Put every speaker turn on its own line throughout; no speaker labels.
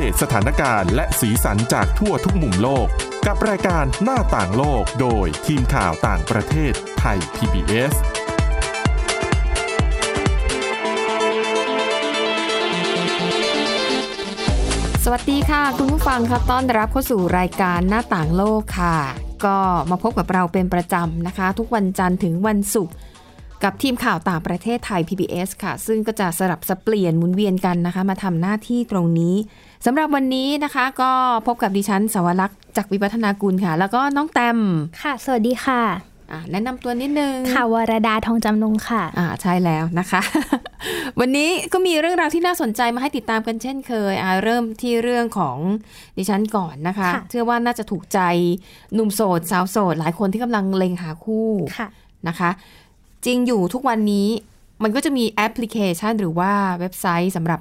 ดตสถานการณ์และสีสันจากทั่วทุกมุมโลก กับรายการหน้าต่างโลกโดยทีมข่าวต่างประเทศไทย PBS
สวัสดีค่ะ คุณผู้ฟังครับต้อนรับเข้าสู่รายการหน้าต่างโลกค่ะ ก็มาพบกับเราเป็นประจำนะคะ ทุกวันจันทร์ถึงวันศุกร์กับทีมข่าวต่างประเทศไทย PBS ค่ะ ซึ่งก็จะสลับสับเปลี่ยนหมุนเวียนกันนะคะ มาทำหน้าที่ตรงนี้สำหรับวันนี้นะคะก็พบกับดิฉันสวรักษ์จากวิวัฒนากุลค่ะ แล้วก็น้องแตม
ค่ะ สวัสดีค่ะ
อ่ะแนะนำตัวนิดนึง
ข่าววรดาทองจำนงค่ะ
อ่าใช่แล้วนะคะ วันนี้ก็มีเรื่องราวที่น่าสนใจมาให้ติดตามกันเช่นเคยอ่าเริ่มที่เรื่องของดิฉันก่อนนะคะ
ค่ะ
เชื่อว่าน่าจะถูกใจหนุ่มโสด สาวโสด หลายคนที่กำลังเล็งหาคู่
ค่ะ
นะคะ จริงอยู่ทุกวันนี้มันก็จะมีแอปพลิเคชันหรือว่าเว็บไซต์สำหรับ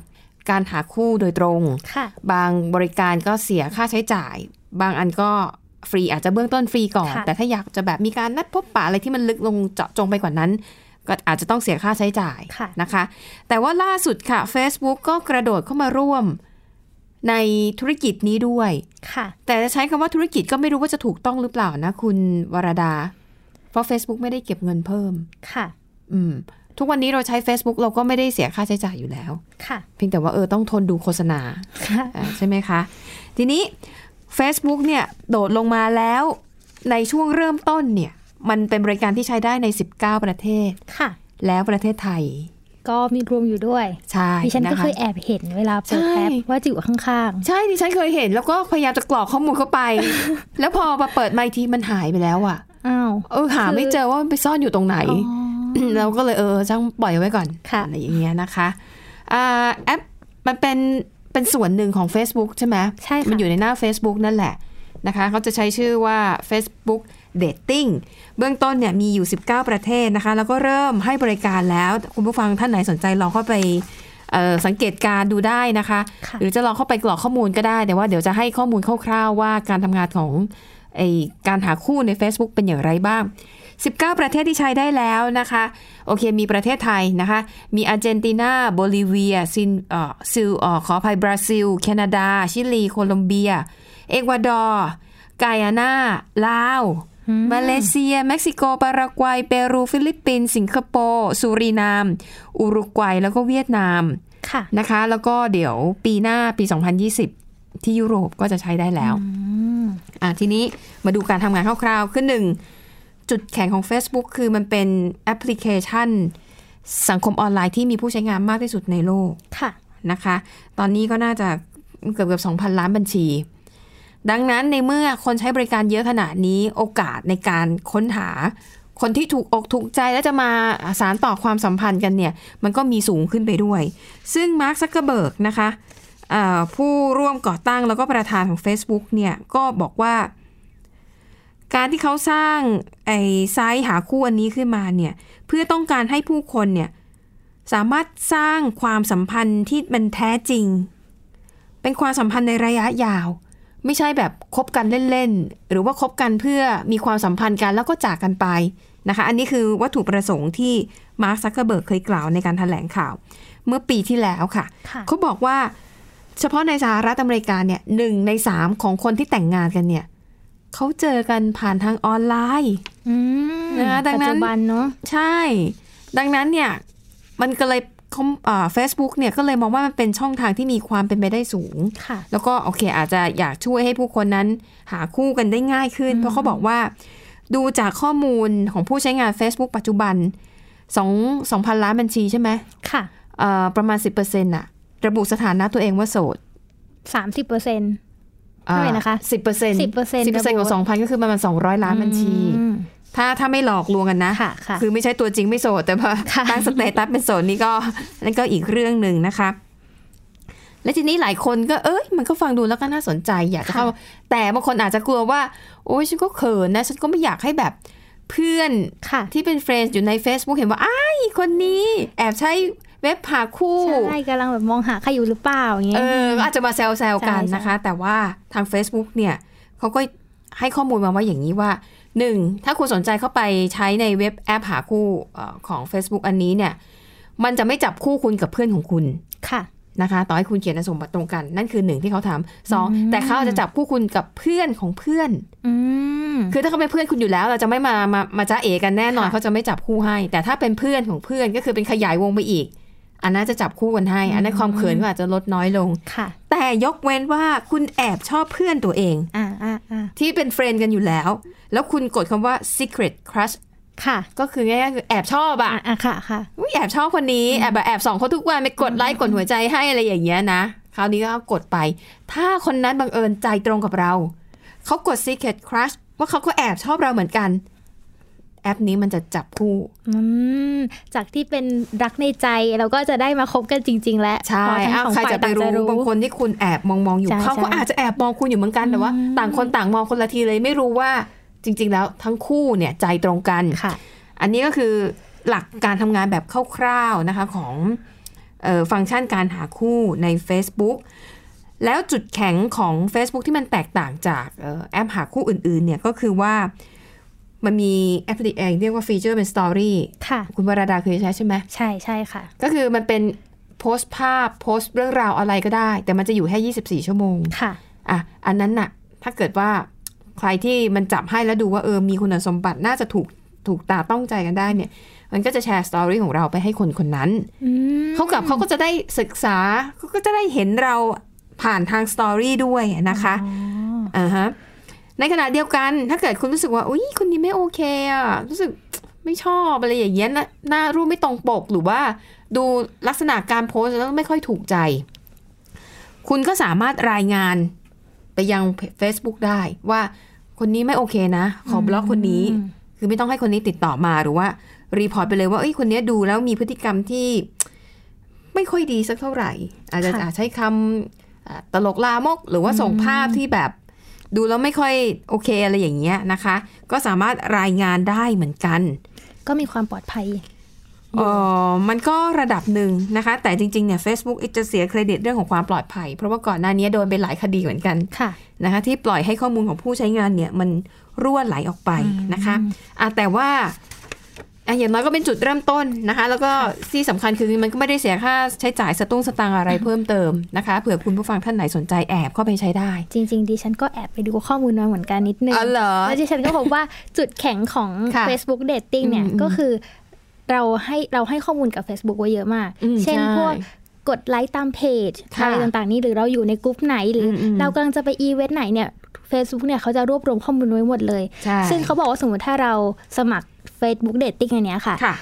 การหาคู่โดยตรง
ค่ะ
บางบริการก็เสียค่าใช้จ่าย บางอันก็ฟรีอาจจะเบื้องต้นฟรีก่อน
ค่ะ
แต่ถ้าอยากจะแบบมีการนัดพบปะอะไรที่มันลึกลงเจาะจงไปกว่านั้น ก็อาจจะต้องเสียค่าใช้จ่าย
ค่ะ
นะคะ แต่ว่าล่าสุดค่ะ Facebook ก็กระโดดเข้ามาร่วมในธุรกิจนี้ด้วย
ค่ะ
แต่จะใช้คำว่าธุรกิจก็ไม่รู้ว่าจะถูกต้องหรือเปล่านะคุณวรดา เพราะ Facebook ไม่ได้เก็บเงินเพิ่ม
ค่ะ
อืม ทุกวันนี้เราใช้ Facebook เราก็ไม่ได้เสียค่าใช้จ่ายอยู่แล้ว
ค่ะ
เพียงแต่ว่าเออต้องทนดูโฆษณา
ค่ะ
อ่าใช่ไหมคะ ทีนี้ Facebook เนี่ยโดดลงมาแล้วในช่วงเริ่มต้นเนี่ย มันเป็นบริการที่ใช้ได้ใน 19 ประเทศ
ค่ะ
แล้วประเทศไทย
ก็มีรวมอยู่ด้วย
ใช่
ดิฉันก็
ะะ
เคยแอบเห็นเวลาเปิด
ใช่
แอปว่าจิ๋วข้าง
ใช่ดิฉันเคยเห็นแล้วก็พยายามจะกรอกข้อมูลเข้าไป แล้วพอมาเปิดไมาอีกทีมันหายไปแล้วอ่ะ
ๆ อ้าว
เออหาไม่เจอว่ามันไปซ่อนอยู่ตรงไหน เราก็เลยเออช่างปล่อยไว้ก่อน
ค่ะ
อะไรอย่างเงี้ยนะคะอ่าแอปมันเป็นเป็นส่วนหนึ่งของ Facebook ใช่ไหม
ใช่
มัน
ค่ะ
อยู่ในหน้า Facebook นั่นแหละนะคะเขาจะใช้ชื่อว่า Facebook Dating เบื้องต้นเนี่ยมีอยู่ 19 ประเทศนะคะ แล้วก็เริ่มให้บริการแล้ว คุณผู้ฟังท่านไหนสนใจลองเข้าไปเอ่อสังเกตการณ์ดูได้นะคะ
ค่ะ
หรือจะลองเข้าไปกรอกข้อมูลก็ได้ แต่ว่าเดี๋ยวจะให้ข้อมูลคร่าวๆว่าการทำงานของไอการหาคู่ใน Facebook เป็นอย่างไรบ้าง 19 ประเทศที่ใช้ได้แล้วนะคะ โอเคมีประเทศไทยนะคะ มีอาร์เจนตินาโบลิเวียซินเอ่อซิลเอ่อขออภัยบราซิล แคนาดา ชิลี โคลอมเบีย เอกวาดอร์ไกอานาลาว มาเลเซีย เม็กซิโก ปารากวัย เปรู ฟิลิปปินส์ สิงคโปร์ สุรินาม อุรุกวัย แล้วก็เวียดนาม
ค่ะ
นะคะ แล้วก็เดี๋ยวปีหน้าปี 2020 ที่ยุโรปก็จะใช้ได้แล้ว
อืม
อ่ะทีนี้มาดูการทำงานคร่าวๆ ขึ้นหนึ่ง จุดแข็งของ Facebook คือมันเป็นแอปพลิเคชัน สังคมออนไลน์ที่มีผู้ใช้งานมากที่สุดในโลก
ค่ะ
นะคะ ตอนนี้ก็น่าจะเกือบเกือบ2,000 ล้านบัญชี ดังนั้นในเมื่อคนใช้บริการเยอะขนาดนี้โอกาสในการค้นหา คนที่ถูกอกถูกใจและจะมาสารต่อความสัมพันธ์กันเนี่ย มันก็มีสูงขึ้นไปด้วย ซึ่งมาร์คซักเกอร์เบิร์กนะคะเอ่อผู้ร่วมก่อตั้งแล้วก็ประธานของ Facebook เนี่ยก็บอกว่า การที่เขาสร้างไอ้ไซต์หาคู่อันนี้ขึ้นมาเนี่ยเพื่อต้องการให้ผู้คนเนี่ยสามารถสร้างความสัมพันธ์ที่มันแท้จริง เป็นความสัมพันธ์ในระยะยาว ไม่ใช่แบบคบกันเล่นๆ หรือว่าคบกันเพื่อมีความสัมพันธ์กันแล้วก็จากกันไปนะคะ อันนี้คือวัตถุประสงค์ที่มาร์คซักเคอร์เบิร์กเคยกล่าวในการถแถลงข่าว เมื่อปีที่แล้วค่ะ
ค่ะ
เขาบอกว่าเฉพาะในสหรัฐอเมริกาเนี่ยหนึ่งในสามของคนที่แต่งงานกันเนี่ยเขาเจอกันผ่านทางออนไลน์
อืม
นะคะดังนั้น
ปัจจุบันเนาะ
ใช่ ดังนั้นเนี่ย มันก็เลยเฟซบุ๊กเนี่ยก็เลยมองว่ามันเป็นช่องทางที่มีความเป็นไปได้สูง
ค่ะ
แล้วก็โอเคอาจจะอยากช่วยให้ผู้คนนั้นหาคู่กันได้ง่ายขึ้น เพราะเขาบอกว่า ดูจากข้อมูลของผู้ใช้งาน Facebook ปัจจุบัน2 2,000 ล้านบัญชีใช่ไหม
ค่ะ
เอ่อประมาณ 10%น่ะ ระบุสถานะตัวเองว่าโสด
สามสิบเปอร์เซ็นต์ เท่าไหร่นะคะ
สิบเปอร์เซ็นต์
10%
สิบเปอร์เซ็นต์ของสองพันก็คือประมาณสองร้อยล้านบัญชี ถ้าถ้าไม่หลอกลวงกันนะ
ค่ะ ค่ะ
คือไม่ใช่ตัวจริงไม่โสด แต่พอ
ค่ะ
ตั้งสเตตัสเป็นโสดนี่ก็ นั่นก็อีกเรื่องหนึ่งนะคะ และทีนี้หลายคนก็เอ้ยมันก็ฟังดูแล้วก็น่าสนใจอยากจะเข้า แต่บางคนอาจจะกลัวว่า โอ้ยฉันก็เขินนะ ฉันก็ไม่อยากให้แบบเพื่อน
ค่ะ
ที่เป็นเฟรนด์อยู่ใน Facebook เห็นว่าอ้ายคนนี้ แอบใช้เว็บหาคู่
ใช่กำลังแบบมองหาใครอยู่หรือเปล่าอย่างเงี้
เอย อก็อาจจะมาแซวๆกัน
ใช่ใช่
นะคะ แต่ว่าทาง Facebook เนี่ยเขาก็ให้ข้อมูลมาว่าอย่างนี้ว่า 1. ถ้าคุณสนใจเข้าไปใช้ในเว็บแอปหาคู่เอ่อของ Facebook อันนี้เนี่ย มันจะไม่จับคู่คุณกับเพื่อนของคุณ
ค่ะ
นะคะ ต่อให้คุณเขียนคุณสมบัติตรงกัน นั่นคือหนึ่งที่เขาทำสอง
อืม
แต่เขาอาจจะจับคู่คุณกับเพื่อนของเพื่อน
อืม
คือถ้าเขาเป็นเพื่อนคุณอยู่แล้ว เราจะไม่มามามาจ้าเอกันแน่นอน
ค่ะ
เขาจะไม่จับคู่ให้ แต่ถ้าเป็นเพื่อนของเพื่อนก็คือเป็นขยายวงไปอีก อันน่าจะจับคู่กันให้ อันนั้นความเขินก็อาจจะลดน้อยลง
ค่ะ
แต่ยกเว้นว่าคุณแอบชอบเพื่อนตัวเอง
อ่าอ่าอ่า
ที่เป็นเฟรนด์กันอยู่แล้ว แล้วคุณกดคำว่า secret crush
ค่ะ
ก็คือง่ายๆคือแอบชอบอะ
อ่าอ่าค่ะค่ะ
อุ๊ยแอบชอบคนนี้แอบแบบแอบส่องเขาทุกวันไปกดไลค์กดหัวใจให้อะไรอย่างเงี้ยนะ คราวนี้ก็กดไป ถ้าคนนั้นบังเอิญใจตรงกับเรา เขากด secret crush ว่าเขาก็แอบชอบเราเหมือนกัน แอปนี้มันจะจับคู่
อืม จากที่เป็นรักในใจเราก็จะได้มาคบกันจริง ๆ แล้ว
ใช่
เพราะทั้ง
เอา
สอง
ใคร
ฝ่าย
จะไป
ต่าง
รู้
จะรู้
บางคนที่คุณแอบมองมองอยู่
ใช่
เขาก็
ใช่
อาจจะแอบมองคุณอยู่เหมือนกันแต่ว่า
อืม
ต่างคนต่างมองคนละทีเลยไม่รู้ว่าจริง ๆ แล้วทั้งคู่เนี่ยใจตรงกัน
ค่ะ
อันนี้ก็คือหลักการทำงานแบบคร่าวๆนะคะของเออฟังก์ชันการหาคู่ใน Facebook แล้วจุดแข็งของ Facebook ที่มันแตกต่างจากเอ่อแอปหาคู่อื่นๆเนี่ยก็คือว่ามันมีแอปพลิเคชันเรียกว่าฟีเจอร์เป็นสตอรี่
ค่ะ
คุณวราดาเคยใช้ใช่ไหม
ใช่ใช่ค่ะ
ก็คือมันเป็นโพสต์ภาพโพสต์เรื่องราวอะไรก็ได้ แต่มันจะอยู่แค่ 24 ชั่วโมง
ค่ะ
อ่ะอันนั้นน่ะ ถ้าเกิดว่าใครที่มันจับให้แล้วดูว่าเออมีคุณสมบัติน่าจะถูกถูกตาต้องใจกันได้เนี่ย มันก็จะแชร์สตอรี่ของเราไปให้คนคนนั้น
อืม
เขากับเขาก็จะได้ศึกษาเขาก็จะได้เห็นเราผ่านทางสตอรี่ด้วยนะคะอ่าฮะในขณะเดียวกันถ้าเกิดคุณรู้สึกว่าอุ้ยคนนี้ไม่โอเคอ่ะรู้สึก ไม่ชอบอะไรอย่างเงี้ยหน้าหน้ารูปไม่ตรงปกหรือว่าดูลักษณะการโพสต์แล้วไม่ค่อยถูกใจ คุณก็สามารถรายงานไปยัง Facebook ได้ว่าคนนี้ไม่โอเคนะ ขอบล็อกคนนี้
อืม
คือไม่ต้องให้คนนี้ติดต่อมาหรือว่า รีพอร์ตไปเลยว่าเอ้ยคนเนี้ยดูแล้วมีพฤติกรรมที่ ไม่ค่อยดีสักเท่าไหร่ อาจจะ
ค่ะ
อาจใช้คำอ่าตลกลามก หรือว่าส่งภาพที่แบบ ดูแล้วไม่ค่อยโอเคอะไรอย่างเงี้ยนะคะ ก็สามารถรายงานได้เหมือนกัน
ก็มีความปลอดภัย
เออมันก็ระดับหนึ่งนะคะ แต่จริงๆเนี่ย Facebook อีกจะเสียเครดิตเรื่องของความปลอดภัย เพราะว่าก่อนหน้านี้โดนไปหลายคดีเหมือนกัน
ค่ะ
นะคะ ที่ปล่อยให้ข้อมูลของผู้ใช้งานเนี่ย มันรั่วไหลออกไปนะคะอ่ะแต่ว่าอ่ะอย่างน้อยก็เป็นจุดเริ่มต้นนะคะ แล้วก็ที่สำคัญคือมันก็ไม่ได้เสียค่าใช้จ่ายสตุ้งสตางค์อะไรเพิ่มเติมนะคะเผื่อคุณผู้ฟังท่านไหนสนใจแอบเข้าไปใช้ได้
จริง ๆ ดิฉันก็แอบไปดูข้อมูลมาเหมือนกันนิดนึง
อ๋อเหรอ
แล้วดิฉันก็พบว่าจุดแข็งของ
ค่ะ
Facebook Dating เนี่ย
อืมอืม
ก็คือเราให้เราให้ข้อมูลกับ Facebook ไว้เยอะมาก
อืม
เช่น
ใ
พวกกดไลค์ตามเพจ
ค่ะ
อะไรต่างๆ นี่หรือเราอยู่ในกลุ่มไหนหรืออ
มอืม
เรากำลังจะไปอีเวนต์ไหนเนี่ย Facebook เนี่ยเขาจะรวบรวมข้อมูลไว้หมดเลย
ใช่
ซึ่งเขาบอกว่าสมมติถ้าเราสมัคร Facebook Dating อันเนี้ยค่ะ
ค่ะ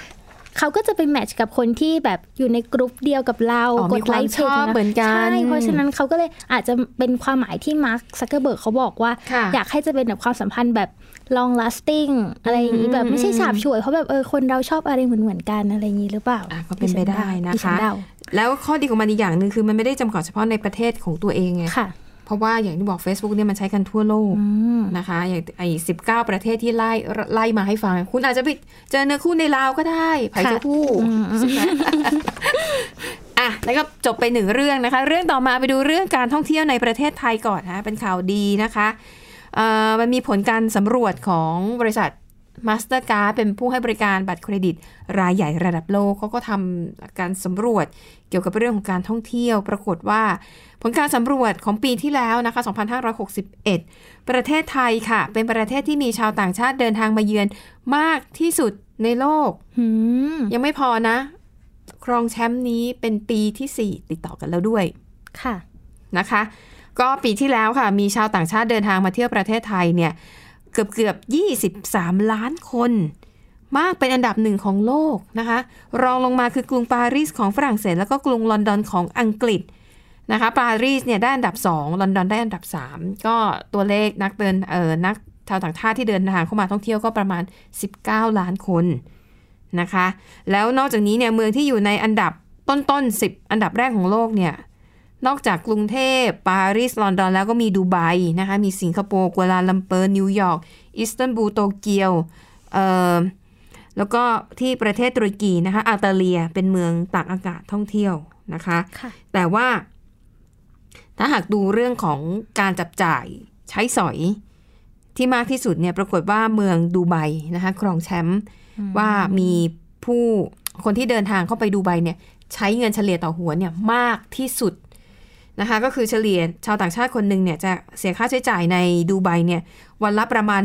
เขาก็จะไปแมทช์กับคนที่แบบอยู่ในกลุ่มเดียวกับเรา
อ๋อก มี
ด
ค
ไล
วาม
ค์เพ
ช
จ
อบ
นะ
เหมือนกัน
ใช่เพราะฉะนั้นเขาก็เลยอาจจะเป็นความหมายที่มาร์คซักเกอร์เบิร์กเขาบอกว่า
ค่ะ
อยากให้จะเป็นแบบความสัมพันธ์แบบ long lasting อะไรอย่างนี้
อืม
แบบไม่ใช่
อืม
ฉาบฉวยเพราะแบบเออคนเราชอบอะไรเหมือนเหมือนๆกันอะไรอย่างนี้หรือเปล่า
อ่ะก็เป็นไปได้นะ
ดิฉั
คะ
เดา
แล้วข้อดีของมันอีกอย่างหนึ่งคือมันไม่ได้จำกัดเฉพาะในประเทศของตัวเองไง
ค่ะ
เพราะว่าอย่างที่บอก Facebook เนี่ยมันใช้กันทั่วโลก
อืม
นะคะ อย่างไอ้สิประเทศที่ไล่ไล่มาให้ฟัง คุณอาจจะไปเจอเนื้อคู่ในลาวก็ได้ไผ่เจ้าคู่
อืมอืม
อ่ะแล้วก็จบไปหนึ่งเรื่องนะคะ เรื่องต่อมาไปดูเรื่องการท่องเที่ยวในประเทศไทยก่อนนะเป็นข่าวดีนะคะเอ่อมันมีผลการสำรวจของบริษัท Mastercard เป็นผู้ให้บริการบัตรเครดิต รายใหญ่ระดับโลกเขาก็ทำการสำรวจเกี่ยวกับเรื่องของการท่องเที่ยว ปรากฏว่า ผลการสำรวจของปีที่แล้วนะคะ 2561 ประเทศไทยค่ะ เป็นประเทศที่มีชาวต่างชาติเดินทางมาเยือนมากที่สุดในโลก
อืม
ยังไม่พอนะ ครองแชมป์นี้เป็นปีทีสี่ 4 ติดต่อกันแล้วด้วย
ค่ะ
นะคะ ก็ปีที่แล้วค่ะ มีชาวต่างชาติเดินทางมาเที่ยวประเทศไทยเนี่ย เกือบเกือบ 23 ล้านคน มากเป็นอันดับหนึ่งของโลกนะคะ รองลงมาคือกรุงปารีสของฝรั่งเศส แล้วก็กรุงลอนดอนของอังกฤษนะคะ ปารีสเนี่ยได้อันดับ 2 ลอนดอนได้อันดับ 3 ก็ตัวเลขนักเดินเออนักชาวต่างชาติที่เดินทางเข้ามาท่องเที่ยวก็ประมาณ 19 ล้านคนนะคะ แล้วนอกจากนี้เนี่ยเมืองที่อยู่ในอันดับต้นๆ10 อันดับแรกของโลกเนี่ย นอกจากกรุงเทพปารีส ลอนดอน แล้วก็มีดูไบนะคะ มีสิงคโปร์ กัวลาลัมเปอร์ นิวยอร์ก อิสตันบูล โตเกียวเอ่อแล้วก็ที่ประเทศตุรกีนะคะ อัลตาเลีย เป็นเมืองตากอากาศท่องเที่ยวนะคะ
ค่ะ
แต่ว่า ถ้าหากดูเรื่องของการจับจ่ายใช้สอยที่มากที่สุดเนี่ย ปรากฏว่าเมืองดูไบนะคะ ครองแชมป์ว่ามีผู้คนที่เดินทางเข้าไปดูไบเนี่ย ใช้เงินเฉลี่ยต่อหัวเนี่ยมากที่สุดนะคะ ก็คือเฉลี่ยชาวต่างชาติคนหนึ่งเนี่ยจะเสียค่าใช้จ่ายในดูไบเนี่ยวันละประมาณ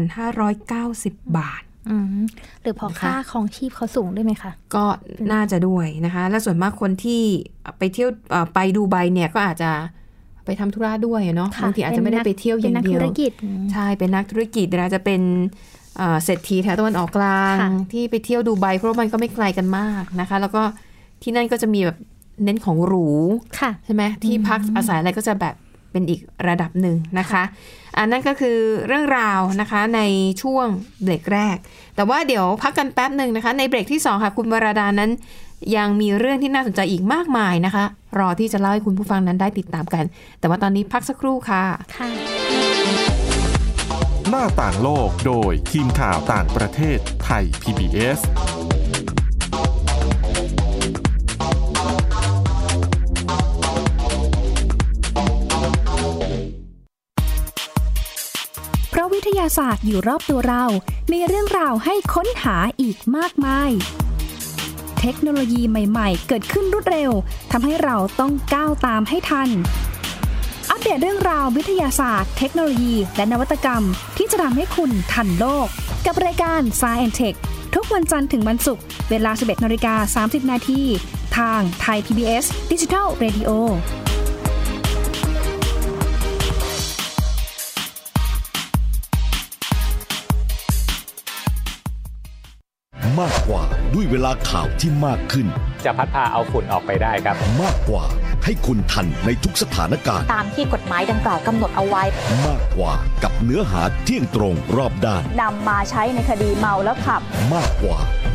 16,590 บาท
อืมหรือเพอ
นะคะ
ค่าของชีพเขาสูงด้วยไหมคะ
ก็น่าจะด้วยนะคะ และส่วนมากคนที่ไปเที่ยวเอ่อไปดูไบเนี่ยก็อาจจะไปทำธุระด้วยอะเนาะ
ค่ะ
บางทีอาจจะไม่ได้ไปเที่ยวอย่างเดียว
ป็นนักธุรกิจ
ใช่ เป็นนักธุรกิจนะจะเป็นเอ่อเศรษฐีแถวตะวันออกกลาง
ค่ะ
ที่ไปเที่ยวดูไบเพราะว่ามันก็ไม่ไกลกันมากนะคะ แล้วก็ที่นั่นก็จะมีแบบเน้นของหรู
ค่ะ
ใช่ไหมที่พักอาศัยอะไรก็จะแบบเป็นอีกระดับหนึ่งนะคะ อันนั้นก็คือเรื่องราวนะคะในช่วงเบรกแรก แต่ว่าเดี๋ยวพักกันแป๊บหนึ่งนะคะ ในเบรกที่ 2 ค่ะ คุณวราดานั้น ยังมีเรื่องที่น่าสนใจอีกมากมายนะคะ รอที่จะเล่าให้คุณผู้ฟังนั้นได้ติดตามกัน แต่ว่าตอนนี้พักสักครู่ค่ะ
ค่ะ
หน้าต่างโลกโดยทีมข่าวต่างประเทศไทย PBS
เพราะวิทยาศาสตร์อยู่รอบตัวเรา มีเรื่องราวให้ค้นหาอีกมากมาย เทคโนโลยีใหม่ๆ เกิดขึ้นรวดเร็ว ทำให้เราต้องก้าวตามให้ทัน อัปเดตเรื่องราววิทยาศาสตร์ เทคโนโลยี และนวัตกรรม ที่จะทำให้คุณทันโลก กับรายการ s ซ e n t e c h ทุกวันจันทร์ถึงวันศุกร์ เวลา 11นาฬิกา30 นาที ทางไทย PBS Digital Radio
มากกว่าด้วยเวลาข่าวที่มากขึ้น
จะพัดพาเอาฝุ่นออกไปได้ครับ
มากกว่าให้คุณทันในทุกสถานการณ์
ตามที่กฎหมายดังกล่าวกำหนดเอาไว้
มากกว่ากับเนื้อหาเที่ยงตรงรอบด้าน
นำมาใช้ในคดีเมาแล้วขับ
มากกว่า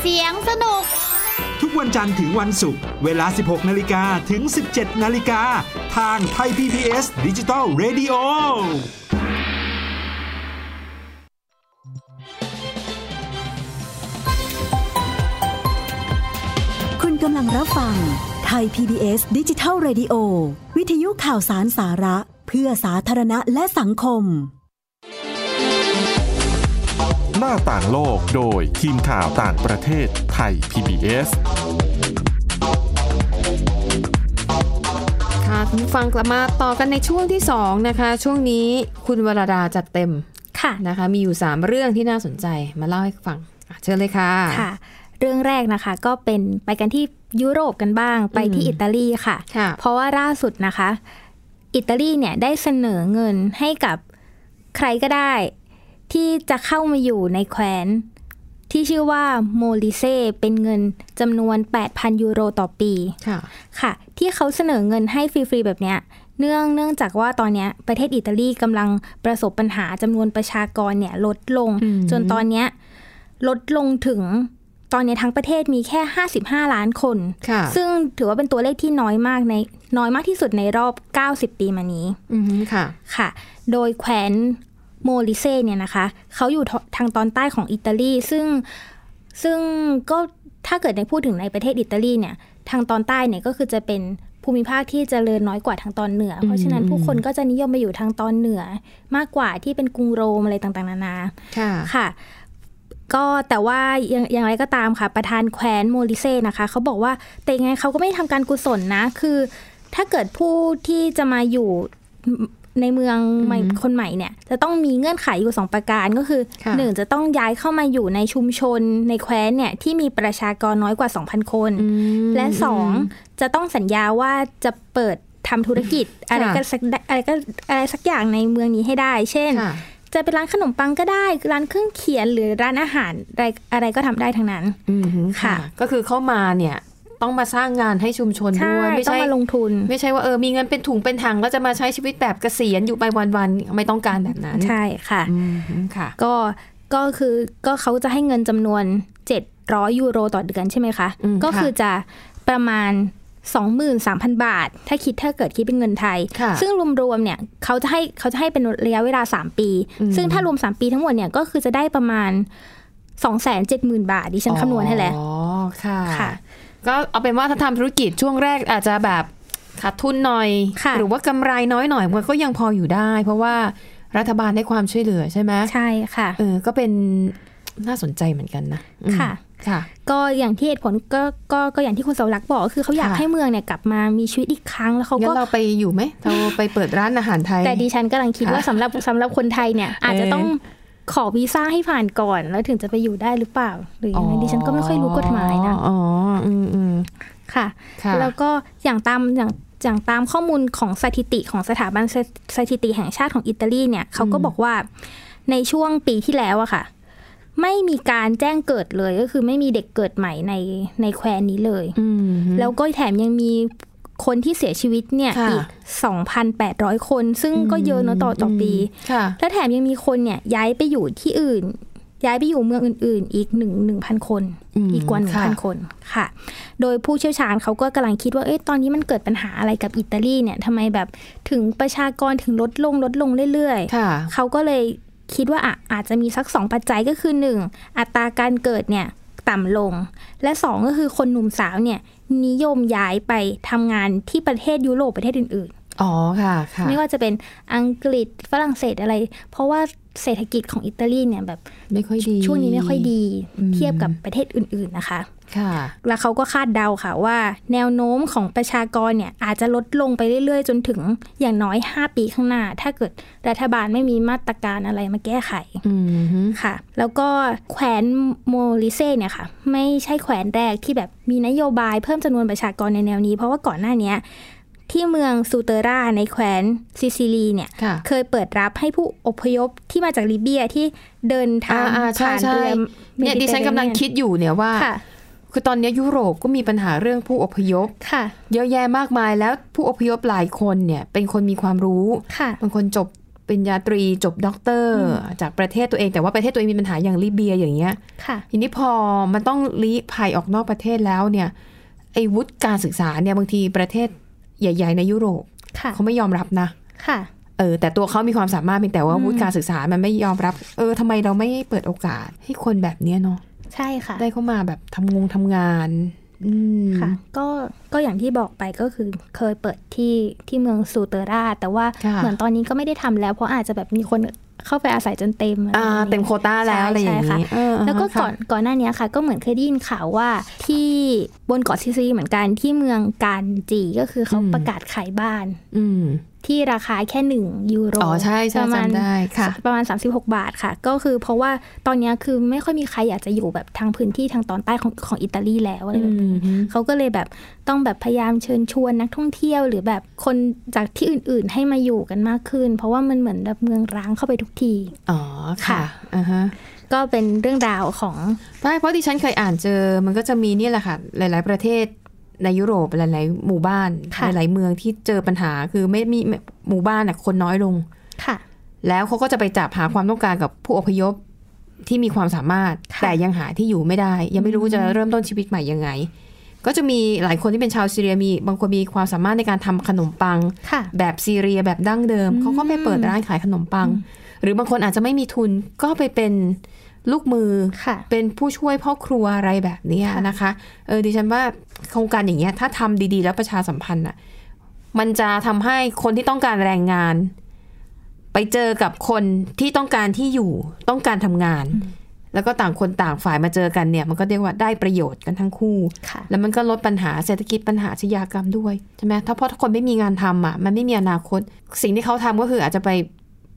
เสียงสนุก
ทุกวันจันทร์ถึงวันศุกร์เวลา 16 นาฬิกาถึง 17 นาฬิกา ทางไทย PPS ดิจิ t a l Radio
คุณกำลังรับฟังไทย PBS ดิจิทัล Radio วิทยุข่าวสารสาระ เพื่อสาธารณะและสังคม
หน้าต่างโลกโดยทีมข่าวต่างประเทศไทย PBS
ค่ะคุณผู้ฟังกลับมาต่อกันในช่วงที่ 2 นะคะ ช่วงนี้คุณวราดาจัดเต็ม
ค่ะ
นะคะ มีอยู่ 3 เรื่องที่น่าสนใจมาเล่าให้ฟังอ่ะเชิญเลยค่ะ
ค่ะ เรื่องแรกนะคะก็เป็นไปกันที่ยุโรปกันบ้าง ไปที่
อืม
อิตาลีค่ะ
ค่ะ
เพราะว่าล่าสุดนะคะ อิตาลีเนี่ยได้เสนอเงินให้กับใครก็ได้ ที่จะเข้ามาอยู่ในแคว้น ที่ชื่อว่าโมลิเซเป็นเงินจำนวน 8,000 ยูโรต่อปี
ค่ะ
ค่ะ ที่เขาเสนอเงินให้ฟรี ๆ แบบเนี้ยเนื่องเนื่องจากว่าตอนเนี้ยประเทศอิตาลีกำลังประสบปัญหาจำนวนประชากรเนี่ยลดลง
อืม
จนตอนเนี้ยลดลงถึงตอนเนี้ยทั้งประเทศมีแค่ 55 ล้านคน
ค่ะ
ซึ่งถือว่าเป็นตัวเลขที่น้อยมากในน้อยมากที่สุดในรอบ 90 ปีมานี้
อือหือค่ะ
ค่ะ โดยแขวนโมลิเซเนี่ยนะคะ เขาอยู่ททางตอนใต้ของอิตาลี ซึ่งซึ่งก็ถ้าเกิดในพูดถึงในประเทศอิตาลีเนี่ย ทางตอนใต้เนี่ยก็คือจะเป็นภูมิภาคที่เจริญน้อยกว่าทางตอนเหนือ เพราะฉะนั้นผู้คนก็จะนิยมไปอยู่ทางตอนเหนือ มากกว่าที่เป็นกรุงโรมอะไรต่างๆนานา
ค่ะ
ค่ะ ก็แต่ว่าอย่างอย่างไรก็ตามค่ะ ประธานแคว้นโมลิเซ่นะคะ เขาบอกว่าแต่ยังไงเขาก็ไม่ทำการกุศลนะ คือถ้าเกิดผู้ที่จะมาอยู่ในเมืองใหม่คนใหม่เนี่ย จะต้องมีเงื่อนไขอยู่ 2 ประการก็คือ
ค่ะ
หนึ่งจะต้องย้ายเข้ามาอยู่ในชุมชนในแคว้นเนี่ย ที่มีประชากรน้อยกว่า 2,000 คน
อืม
และสองจะต้องสัญญาว่าจะเปิดทำธุรกิจอะไร
ค่ะ
ก็สักอะไรก็อะไรสักอย่างในเมืองนี้ให้ได้ เช่น
ค่ะ
จะเป็นร้านขนมปังก็ได้ ร้านเครื่องเขียนหรือร้านอาหารอะไรอะไรก็ทำได้ทั้งนั้น
อือหือ
ค่ะ
ก็คือเข้ามาเนี่ย ต้องมาสร้างงานให้ชุมชนด้วยไม่
ต้อง
ใช่
มาลงทุน
ไม่ใช่ว่าเออมีเงินเป็นถุงเป็นถังแล้วจะมาใช้ชีวิตแบบเกษียณอยู่ไปวันๆไม่ต้องการแบบนั้น
ใช่ค่ะ
อืมค่ะ
ก็ก็คือก็เขาจะให้เงินจำนวน 700 ยูโรต่อเดือนใช่ไหมคะ
อืม
ก็
ค่ะ
คือจะ ประมาณ 23,000 บาท ถ้าคิดถ้าเกิดคิดเป็นเงินไทย
ค่ะ
ซึ่งรวมๆเนี่ยเขาจะให้เขาจะให้เป็นระยะเวลา 3 ปี
อืม
ซึ่งถ้ารวม 3 ปีทั้งหมดเนี่ยก็คือจะได้ประมาณ 270,000 บาทดิฉันคำนวณให้แล้ว
อ๋อค่ะ
ค่ะ
ก็เอาเป็นว่าถ้าทำธุรกิจช่วงแรกอาจจะแบบขาดทุนหน่อย
ค่ะ
หรือว่ากำไรน้อยหน่อยมันก็ยังพออยู่ได้ เพราะว่ารัฐบาลให้ความช่วยเหลือใช่ไหม
ใช่ค่ะ
เออก็เป็นน่าสนใจเหมือนกันนะอืม
ค่ะ
ค่ะ
ก็อย่างที่เหตุผลก็ก็ก็อย่างที่คุณเสาวรักษ์บอกก็คือเขาอยาก
ค่ะ
ให้เมืองเนี่ยกลับมามีชีวิตอีกครั้งแล้วเขา
งั้
ก็
นเราไปอยู่ไหมเราไปเปิดร้านอาหารไทย
แต่ดิฉันกำลังคิดว่าสำหรับสำหรับคนไทยเนี่ย อาจจะต้องขอวีซ่าให้ผ่านก่อน แล้วถึงจะไปอยู่ได้หรือเปล่า หรือยังไงดิฉันก็ไม่ค่อยรู้กฎหมายนะ
อ๋ออืมอืม
ค่ะ
ค่ะ
แล้วก็อย่างตามอย่างอย่างตามข้อมูลของสถิติของสถาบันสสถิติแห่งชาติของอิตาลีเนี่ยเขาก็บอกว่าในช่วงปีที่แล้วอะค่ะ ไม่มีการแจ้งเกิดเลยก็คือไม่มีเด็กเกิดใหม่ในในแคว้นนี้เลย
อืม
แล้วก็แถมยังมีคนที่เสียชีวิตเนี่ย
ค่ะ
อีก 2,800 คน ซึ่งก็เยอะเนอะต่อต่อปี
ค่ะ
และแถมยังมีคนเนี่ยย้ายไปอยู่ที่อื่น ย้ายไปอยู่เมืองอื่น ๆ อีกหนึ่งหนึ่งพันคน
อืม
อีกกว่าหนึ่งพัน
ค่ะ
คนค่ะ โดยผู้เชี่ยวชาญเขาก็กำลังคิดว่าเอ้ยตอนนี้มันเกิดปัญหาอะไรกับอิตาลีเนี่ยทำไมแบบถึงประชากรถึงลดลงลดลงเรื่อยๆ
ค่ะ
เขาก็เลยคิดว่าอ่ะอาจจะมีสักสองปัจจัยก็คือหนึ่งอัตราการเกิดเนี่ยต่ำลง และสองก็คือคนหนุ่มสาวเนี่ยนิยมย้ายไปทำงานที่ประเทศยุโรปประเทศอื่น
อ๋อ ค่ะ ค่ะ
ๆ ไม่ว่าจะเป็นอังกฤษฝรั่งเศสอะไร เพราะว่าเศรษฐกิจของอิตาลีเนี่ยแบบ
ไม่ค่อยดี
ช่วงนี้ไม่ค่อยดี
อืม
เทียบกับประเทศอื่นๆนะคะ
ค่ะ
แล้วเขาก็คาดเดาค่ะว่า แนวโน้มของประชากรเนี่ยอาจจะลดลงไปเรื่อยๆ จนถึงอย่างน้อย 5 ปีข้างหน้า ถ้าเกิดรัฐบาลไม่มีมาตรการอะไรมาแก้ไข
อืมฮึ
ค่ะ แล้วก็แขวนโมริเซ่เนี่ยค่ะ ไม่ใช่แขวนแรกที่แบบมีนโยบายเพิ่มจำนวนประชากรในแนวนี้ เพราะว่าก่อนหน้าเนี้ยที่เมืองซูเตอร่าในแขวนซิซิลีเนี่ย
ค่ะ
เคยเปิดรับให้ผู้อพยพที่มาจากลิเบียที่เดินทาง
อ่าๆใช่
ผ่าน
ใช่
เรือม
เนี่ย
ดิ
ดิ
ตอร์ร
ฉันกำลังคิดอยู่เนี่ยว่า
ค่ะ
คือตอนนี้ยุโรปก็มีปัญหาเรื่องผู้อพยพ
ค่ะ
เยอะแยะมากมายแล้วผู้อพยพหลายคนเนี่ย เป็นคนมีความรู้
ค่ะ
บางคนจบปริญญาตรีจบด็อกเตอร์ จากประเทศตัวเองแต่ว่าประเทศตัวเองมีปัญหาอย่างลิเบียอย่างเงี้ย
ค่ะ
ทีนี้พอมันต้องลี้ภัยออกนอกประเทศแล้วเนี่ยไอ้วุฒิการศึกษาเนี่ยบางทีประเทศใหญ่ ๆ ในยุโรป
ค่ะ
เขาไม่ยอมรับนะ
ค่ะ
เออแต่ตัวเขามีความสามารถเพียงแต่ว่า
อืม
วุฒิการศึกษามันไม่ยอมรับ เออทำไมเราไม่เปิดโอกาสให้คนแบบเนี้ยเนาะ
ใช่ค่ะ
ได้เข้ามาแบบทำงงทำงานอืม
ค่ะ ก็ก็อย่างที่บอกไปก็คือเคยเปิดที่ที่เมืองซูเตอร่า แต่ว่า
ค่ะ
เหมือนตอนนี้ก็ไม่ได้ทำแล้ว เพราะอาจจะแบบมีคนเข้าไปอาศัยจนเต็มะไร
อ่า
แบบนี้
เต็มโควต้าแล้วอะ
ใช่
ไรอย่าง
ใช่
นี้
ค่ะ
เออ
แล้วก็ก่อน
ค่ะ
ก่อนหน้านี้ค่ะ ก็เหมือนเคยได้ยินข่าวว่าที่บนเกาะซิซิลีเหมือนกันที่เมืองการจีก็คือเขาประกาศขายบ้าน
อืม
ที่ราคาแค่หนึ่งยูโร
อ๋อใช่ใช่
ประมาณ
จำได้ค่ะ
ประมาณ 36 บาทค่ะ ก็คือเพราะว่าตอนเนี้ยคือไม่ค่อยมีใครอยากจะอยู่แบบทางพื้นที่ทางตอนใต้ของของอิตาลีแล้วอะไรแบบนี้
อืมฮึ
เขาก็เลยแบบต้องแบบพยายามเชิญชวนนักท่องเที่ยว หรือแบบคนจากที่อื่น ๆ ให้มาอยู่กันมากขึ้น เพราะว่ามันเหมือนแบบเมืองร้างเข้าไปทุกที
อ๋อค่ะ
ค่ะ
อ่าฮะ
ก็เป็นเรื่องราวของ
ใช่เพราะดิฉันเคยอ่านเจอมันก็จะมีนี่แหละค่ะ หลาย ๆ ประเทศในยุโรปหลาย ๆ หมู่บ้าน หลาย ๆ เมืองที่เจอปัญหาคือไม่มีหมู่บ้านน่ะคนน้อยลง
ค่ะ
แล้วเขาก็จะไปจับหาความต้องการกับผู้อพยพที่มีความสามารถ
ค่ะ
แต่ยังหาที่อยู่ไม่ได้ ยังไม่รู้จะเริ่มต้นชีวิตใหม่ยังไง ก็จะมีหลายคนที่เป็นชาวซีเรียมี บางคนมีความสามารถในการทำขนมปัง
ค่ะ
แบบซีเรียแบบดั้งเดิม เขาก็ไปเปิดร้านขายขนมปัง หรือบางคนอาจจะไม่มีทุนก็ไปเป็นลูกมือ
ค่ะ
เป็นผู้ช่วยพ่อครัวอะไรแบบเนี้ยนะคะ เออดิฉันว่าโครงการอย่างเงี้ยถ้าทำดีๆ แล้วประชาสัมพันธ์อ่ะ มันจะทำให้คนที่ต้องการแรงงาน ไปเจอกับคนที่ต้องการที่อยู่ต้องการทำงาน แล้วก็ต่างคนต่างฝ่ายมาเจอกันเนี่ย มันก็เรียกว่าได้ประโยชน์กันทั้งคู่
ค่ะ
แล้วมันก็ลดปัญหาเศรษฐกิจปัญหาอาชญากรรมด้วยใช่ไหมถ้าเพราะถ้าคนไม่มีงานทำอ่ะมันไม่มีอนาคต สิ่งที่เขาทำก็คืออาจจะไป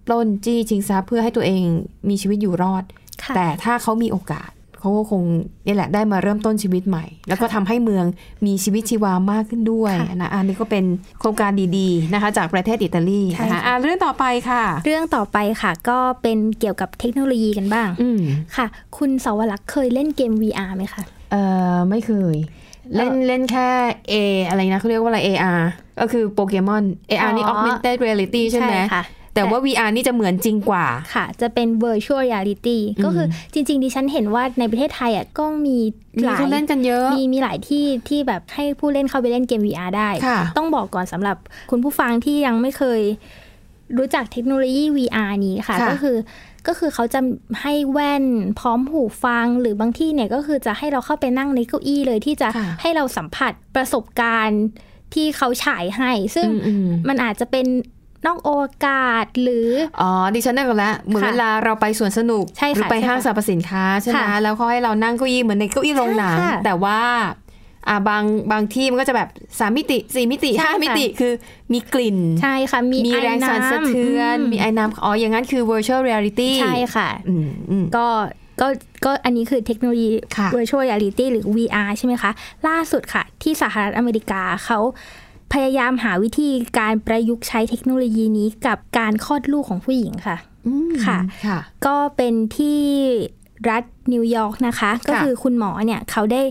ปล้นจี้ชิงทรัพย์เพื่อให้ตัวเองมีชีวิตอยู่รอด
ค่ะ
แต่ถ้าเขามีโอกาสเขาก็คงนี่แหละได้มาเริ่มต้นชีวิตใหม่ แล้วก็ทำให้เมืองมีชีวิตชีวามากขึ้นด้วย
ค่ะ
นะอันนี้ก็เป็นโครงการดีๆนะคะ จากประเทศอิตาลี
ใช่
นะคะ
ค่ะ
อ่ะเรื่องต่อไปค่ะ
เรื่องต่อไปค่ะ ก็เป็นเกี่ยวกับเทคโนโลยีกันบ้าง
อืม
ค่ะ คุณสาวรักษ์เคยเล่นเกม VR ไหมคะ
เออไม่เคย เล่นเล่นแค่ A อะไรนะเขาเรียกว่าอะไร AR ก็คือโปเกมอน AR นี่
อ๋อ
augmented reality ใช่ไหม
ค่ะ
แต่ว่า VR นี่จะเหมือนจริงกว่า
ค่ะ จะเป็น virtual reality
อืม
ก็คือจริง ๆ ดิฉันเห็นว่าในประเทศไทยอ่ะก็มี
มี
หลาย
คนเล่นกันเยอะ
มีมีหลายที่ที่แบบให้ผู้เล่นเข้าไปเล่นเกม VR ได้
ค่ะ
ต้องบอกก่อนสำหรับคุณผู้ฟังที่ยังไม่เคยรู้จักเทคโนโลยี VR นี้ค่ะ
ค่ะ
ก็คือก็คือเขาจะให้แว่นพร้อมหูฟังหรือบางที่เนี่ยก็คือจะให้เราเข้าไปนั่งในเก้าอี้เลยที่จะให้เราสัมผัสประสบการณ์ที่เขาฉายให้ ซึ่ง
อืมอืม
มันอาจจะเป็นนอกโอวกาศหรือ
อ๋อดิฉันนึกแล้วเหมือน
ค่ะ
เวลาเราไปสวนสนุก
ใช่ค่ะ
หรือไป
ใช่ค่ะ
ห้างสรรพสินค้าใช่ไหม
ค่ะ
แล้วเขาให้เรานั่งเก้าอี้เหมือนในเก้าอี้โรงหนัง
ใช่ค่ะ
แต่ว่าอ่าบางบางที่มันก็จะแบบสามมิติสี่มิติ
ใช่
ห้า
ค่ะ
มิติคือมีกลิ่น
ใช่ค่ะ มี
มี
ไอ
แรงสั่นสะเทือน มีไอน้ำอ๋อ อย่างนั้นคือ virtual reality
ใช่ค่ะ
อืมอืม
ก็ก็ก็อันนี้คือเทคโนโลยี
ค่ะ
virtual reality หรือ VR ใช่ไหมคะ ล่าสุดค่ะ ที่สหรัฐอเมริกาเขาพยายามหาวิธีการประยุกต์ใช้เทคโนโลยีนี้กับการคลอดลูกของผู้หญิงค่ะ
อืม
ค่ะ
ค่ะ
ก็เป็นที่รัฐนิวยอร์กนะคะ ก็คือคุณหมอเนี่ยเขาได้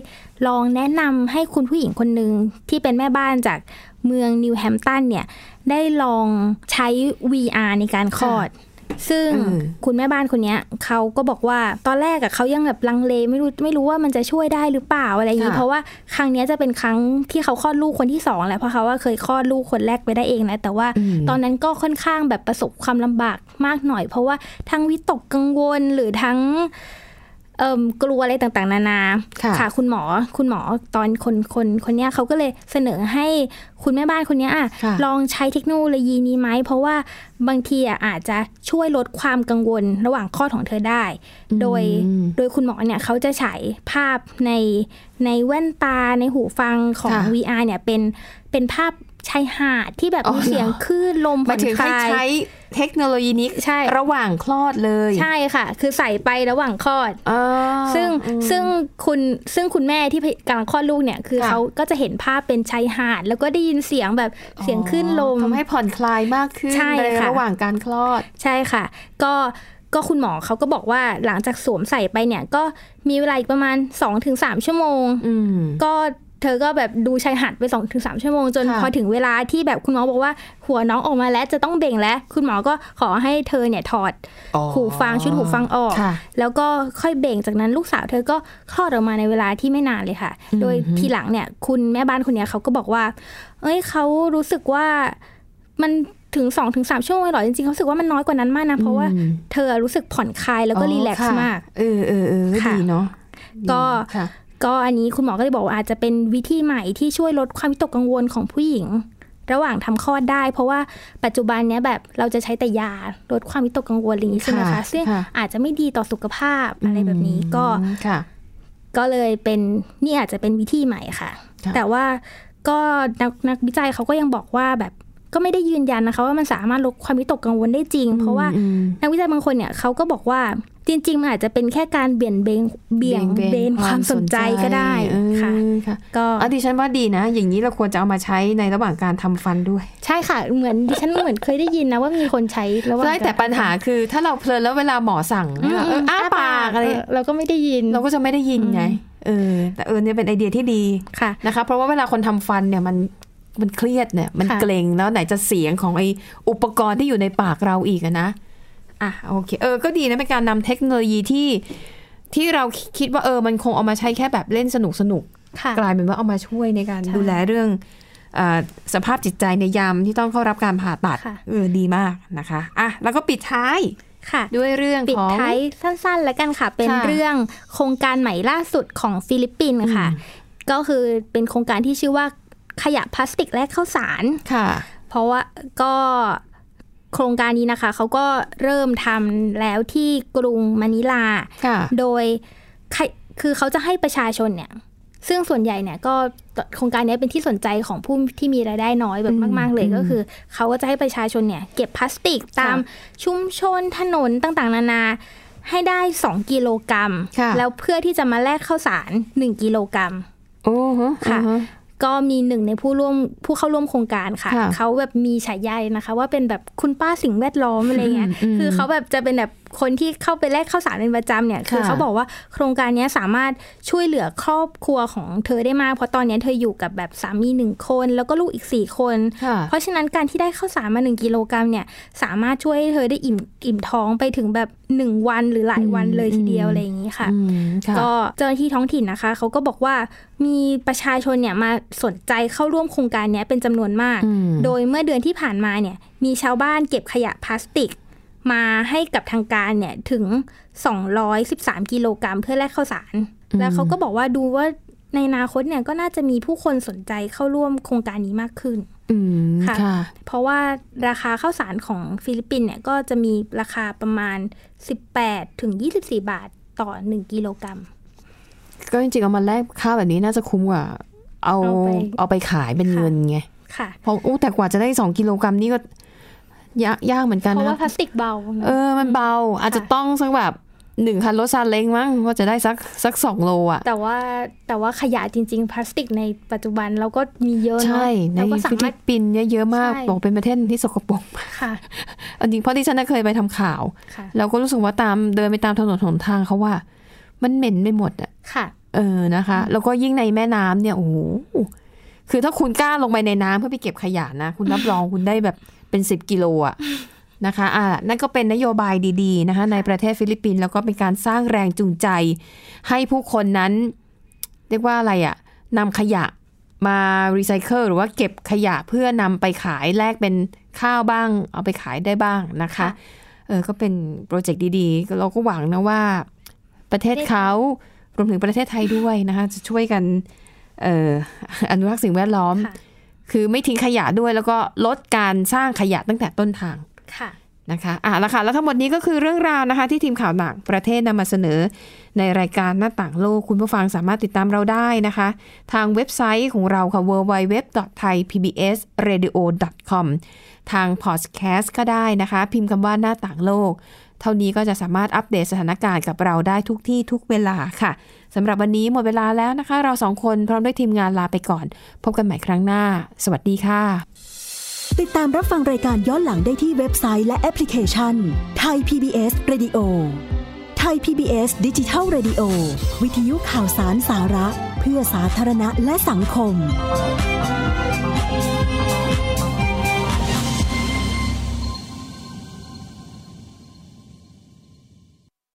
ลองแนะนำให้คุณผู้หญิงคนหนึ่งที่เป็นแม่บ้านจากเมืองนิวแฮมป์ตันเนี่ยได้ลองใช้ VR ในการคลอด ซึ่ง
อืม
คุณแม่บ้านคนเนี้ยเขาก็บอกว่าตอนแรกอะเขายังแบบลังเลไม่รู้ไม่รู้ว่ามันจะช่วยได้หรือเปล่าอะไรอย่างนี้
ค่ะ
เพราะว่าครั้งเนี้ยจะเป็นครั้งที่เขาคลอดลูกคนที่สองแหละเพราะเขาว่าเคยคลอดลูกคนแรกไปได้เองนะแต่ว่า
ม
ตอนนั้นก็ค่อนข้างแบบประสบความลำบากมากหน่อย เพราะว่าทั้งวิตกกังวลหรือทั้งเอิ่มกลัวอะไรต่างๆ นานา
ค่ะ
คุณหมอคุณหมอตอนคนคนคนเนี้ยเขาก็เลยเสนอให้คุณแม่บ้านคนเนี้ยอ่ะ
ค่ะ
ลองใช้เทคโนโลยีนี้ไหม เพราะว่าบางทีอ่ะอาจจะช่วยลดความกังวลระหว่างข้อดของเธอได้ โดย
อืม
โดยคุณหมอเนี่ยเขาจะฉายภาพในในแว่นตาในหูฟังของ
ค่ะ
VR เนี่ยเป็นเป็นภาพชายหาดที่แบบ
อ๋อ
มีเสียง
เหรอ
คลื่นลม
ห
ผ่
มา
อย น
ถึง
ค
ให้
ลาย
ใช้เทคโนโลยีนี้
ใช่
ระหว่างคลอดเลย
ใช่ค่ะ คือใส่ไประหว่างคลอด
อ๋อ
ซึ่งซึ่งคุณซึ่งคุณแม่ที่กำลังคลอดลูกเนี่ยคือ
ค่ะ
เขาก็จะเห็นภาพเป็นชายหาด แล้วก็ได้ยินเสียงแบบเสียงคลื่นลม
ทำให้ผ่อนคลายมากขึ้น
ใช่
ใน
ค่ะ
ระหว่างการคลอด
ใช่ค่ะ ก็ก็คุณหมอเขาก็บอกว่าหลังจากสวมใส่ไปเนี่ยก็มีเวลาอีกประมาณ 2-3 ชั่วโมง
อืม
ก็เธอก็แบบดูชายหาดไป2อถึงสชั่วโมง จน
ค่ะ
พอถึงเวลาที่แบบคุณหมอบอกว่าหัวน้องออกมาแล้วจะต้องเบ่งแล้ว คุณหมอก็ขอให้เธอเนี่ยถอดหูฟังชุดหูฟังออก
ค่ะ
แล้วก็ค่อยเบ่งจากนั้นลูกสาวเธอก็คลอดออกมาในเวลาที่ไม่นานเลยค่ะ
อืม
โดยทีหลังเนี่ยคุณแม่บ้านคนเนี้ยเขาก็บอกว่า เอ้ยเขารู้สึกว่ามันถึง2อถึงสชั่วโมงเลยเหรอจริงๆเขารู้สึกว่ามันน้อยกว่านั้นมากนะเพราะว่า
อืม
เธอรู้สึกผ่อนคลายแล้วก็
อ๋อ
รีแลกซ์
ค่ะ
มาก
เออเออเออก็
ค่ะ
ดีเนาะ
ก็
ดีค่ะ
ก็อันนี้คุณหมอก็เลยบอกว่าอาจจะเป็นวิธีใหม่ที่ช่วยลดความวิตกกังวลของผู้หญิง ระหว่างทำคลอดได้ เพราะว่าปัจจุบันเนี้ยแบบเราจะใช้แต่ยาลดความวิตกกังวลอะไรอย่างนี้ใช่ไหม
ค่ะ
คะซึ่ง
ค่ะ
อาจจะไม่ดีต่อสุขภาพอะไรแบบนี้ก็
อืมค่ะ
ก็เลยเป็นนี่อาจจะเป็นวิธีใหม่ค่ะ
ค่ะ
แต่ว่าก็นักนักวิจัยเขาก็ยังบอกว่าแบบก็ไม่ได้ยืนยันนะคะว่ามันสามารถลดความวิตกกังวลได้จริง เพราะว่า
อืม
นักวิจัยบางคนเนี่ยเขาก็บอกว่าจริงๆมันอาจจะเป็นแค่การเบี่ยงเบนเบี่ยงเบนความสนใจก็ได้
เออ
ค่ะ
ค่ะ
ก็
อ๋อดิฉันว่าดีนะ อย่างนี้เราควรจะเอามาใช้ในระหว่างการทำฟันด้วย
ใช่ค่ะ เหมือนดิฉันเหมือนเคยได้ยินนะว่ามีคนใช้ระหว่าง
ใช่แต่ปัญหา
การ
คือถ้าเราเพลินแล้วเวลาหมอสั่ง
อืม
เนี่ยเอออ้า
อ้าปาก
ปากอะไร
เออเราก็ไม่ได้ยิน
เราก็จะไม่ได้ยินไงเออ แต่เออเนี่ยเป็นไอเดียที่ดี
ค่ะ
นะคะ เพราะว่าเวลาคนทำฟันเนี่ยมันมันเครียดเนี่ย มัน
ค่ะ
เกรงแล้วไหนจะเสียงของไออุปกรณ์ที่อยู่ในปากเราอีกอะนะ
อ่ะ
โอเคเออก็ดีนะเป็นการนำเทคโนโลยีที่ที่เราคิดว่าเออมันคงเอามาใช้แค่แบบเล่นสนุกสนุก
ค่ะ
กลายเป็นว่าเอามาช่วยในการ
ใช่
ดูแลเรื่องเออสภาพจิตใจในยามที่ต้องเข้ารับการผ่าตัด
ค่ะ
เออดีมากนะคะอ่ะแล้วก็ปิดท้าย
ค่ะ
ด้วยเรื่อง
ปิด
ของ
ท้ายสั้นๆ แล้วกันค่ะ เป็น
ค่ะ
เรื่องโครงการใหม่ล่าสุดของฟิลิปปินส์ค่ะ ก็คือเป็นโครงการที่ชื่อว่าขยะพลาสติกและข้าวสาร
ค่ะ
เพราะว่าก็โครงการนี้นะคะ เขาก็เริ่มทำแล้วที่กรุงมะนิลา
ค่ะ
โดยใครคือเขาจะให้ประชาชนเนี่ย ซึ่งส่วนใหญ่เนี่ยก็โครงการเนี้ยเป็นที่สนใจของผู้ที่มีรายได้น้อยแบบ
อืม
มาก ๆ เลย
อืม
ก็คือ เขาก็จะให้ประชาชนเนี่ย เก็บพลาสติกตาม
ค่ะ
ชุมชนถนนต่างๆ นานา ให้ได้ 2 กิโลกรัม
ค่ะ
แล้วเพื่อที่จะมาแลกข้าวสาร 1 กิโลกรัม
โอ้โห
ค่ะ
อือฮึ
ก็มีหนึ่งในผู้ร่วมผู้เข้าร่วมโครงการค่ะ
ค่ะ
เขาแบบมีฉายาเลยนะคะ ว่าเป็นแบบคุณป้าสิ่งแวดล้อมอะไรเงี้ย
อืมอืม
คือเขาแบบจะเป็นแบบ คนที่เข้าไปแลกข้าวสารเป็นประจำเนี่ยคือ
ค่ะ
เขาบอกว่าโครงการเนี้ยสามารถช่วยเหลือครอบครัวของเธอได้มาก เพราะตอนเนี้ยเธออยู่กับแบบสามีหนึ่งคน แล้วก็ลูกอีกสี่คน
ค่ะ
เพราะฉะนั้นการที่ได้ข้าวสารมา1กิโลกรัมเนี่ยสามารถช่วยให้เธอได้อิ่มอิ่มท้องไปถึงแบบ 1 วันหรือหลายวันเลยทีเดียว
อืม
อะไรอย่างนี้ค่ะ
อืมค่ะ
ก็เจ้าหน้าที่ท้องถิ่นนะคะเขาก็บอกว่ามีประชาชนเนี่ยมาสนใจเข้าร่วมโครงการเนี้ยเป็นจำนวนมาก
อืม
โดยเมื่อเดือนที่ผ่านมาเนี่ยมีชาวบ้านเก็บขยะพลาสติก มาให้กับทางการเนี่ยถึง 213 กิโลกรัมเพื่อแลกข้าวสาร แล้วเขาก็บอกว่าดูว่าในอนาคตเนี่ยก็น่าจะมีผู้คนสนใจเข้าร่วมโครงการนี้มากขึ้น
อืม
ค่ะ
ค่ะ
เพราะว่าราคาข้าวสารของฟิลิปปินส์เนี่ยก็จะมีราคาประมาณ 18 ถึง 24 บาทต่อ 1 กิโลกรัม
ก็จริงๆเอามาแลกข้าวแบบนี้น่าจะคุ้มกว่า เอา
เอาไป
เอาไปขายเป็นเงินไง
ค่ะ
เพราะอู้แต่กว่าจะได้สองกิโลกรัมนี่ก็ยากยากเหมือนกัน
เพราะ
นะ
ว่าพลาสติกเบา
เออมันเบาอาจจะต้องสักแบบหนึ่งคันรถซาเล้งมั้งว่าจะได้สักสักสองโลอ่ะ
แต่ว่าแต่ว่าขยะจริง ๆ พลาสติกในปัจจุบันเราก็มีเยอะเนอะ
ใช่ใน
เราก็สา
ฟิ
มา
ลิ
รถ
ปปินส์เนี่ยเยอะมาก
ใช่
บอกเป็นประเทศที่สกปรก มาก
ค่ะ
อันจริงเพราะที่ฉันน่ะเคยไปทำข่าว
ค่ะ
เราก็รู้สึกว่าตามเดินไปตามถนนหนทางเขาว่า มันเหม็นไปหมดอ่ะ
ค่ะ
เออนะคะ แล้วก็ยิ่งในแม่น้ำเนี่ยโอ้โหคือถ้าคุณกล้าลงไปในน้ำเพื่อไปเก็บขยะนะ คุณรับรองคุณได้แบบเป็นสิบกิโลอะนะคะอ่านั่นก็เป็นนโยบายดีๆนะคะในประเทศฟิลิปปินส์แล้วก็เป็นการสร้างแรงจูงใจ ให้ผู้คนนั้น เรียกว่าอะไรอะนำขยะมารีไซเคิลหรือว่าเก็บขยะเพื่อนำไปขายแลกเป็นข้าวบ้าง เอาไปขายได้บ้างนะคะ
ค่ะ
เออก็เป็นโปรเจกต์ดีๆ เราก็หวังนะว่า ประเทศเขารวมถึงประเทศไทยด้วยนะคะจะช่วยกันเอ่ออนุรักษ์สิ่งแวดล้อม
ค่ะ
คือไม่ทิ้งขยะด้วยแล้วก็ลดการสร้างขยะตั้งแต่ต้นทาง
ค่ะ
นะคะอ่ะแล้วค่ะแล้วทั้งหมดนี้ก็คือเรื่องราวนะคะ ที่ทีมข่าวต่างประเทศนำมาเสนอ ในรายการหน้าต่างโลกคุณผู้ฟังสามารถติดตามเราได้นะคะ ทางเว็บไซต์ของเราค่ะ www.thaipbsradio.com ทางพอดแคสต์ก็ได้นะคะ พิมพ์คำว่าหน้าต่างโลก เท่านี้ก็จะสามารถอัปเดตสถานการณ์กับเราได้ทุกที่ทุกเวลาค่ะสำหรับวันนี้หมดเวลาแล้วนะคะ เราสองคนพร้อมด้วยทีมงานลาไปก่อน พบกันใหม่ครั้งหน้า สวัสดีค่ะ
ติดตามรับฟังรายการย้อนหลังได้ที่เว็บไซต์และแอปพลิเคชันไทย PBS Radio ไทย PBS ดิจิทัล Radio วิทยุข่าวสารสาระ เพื่อสาธารณะและสังคม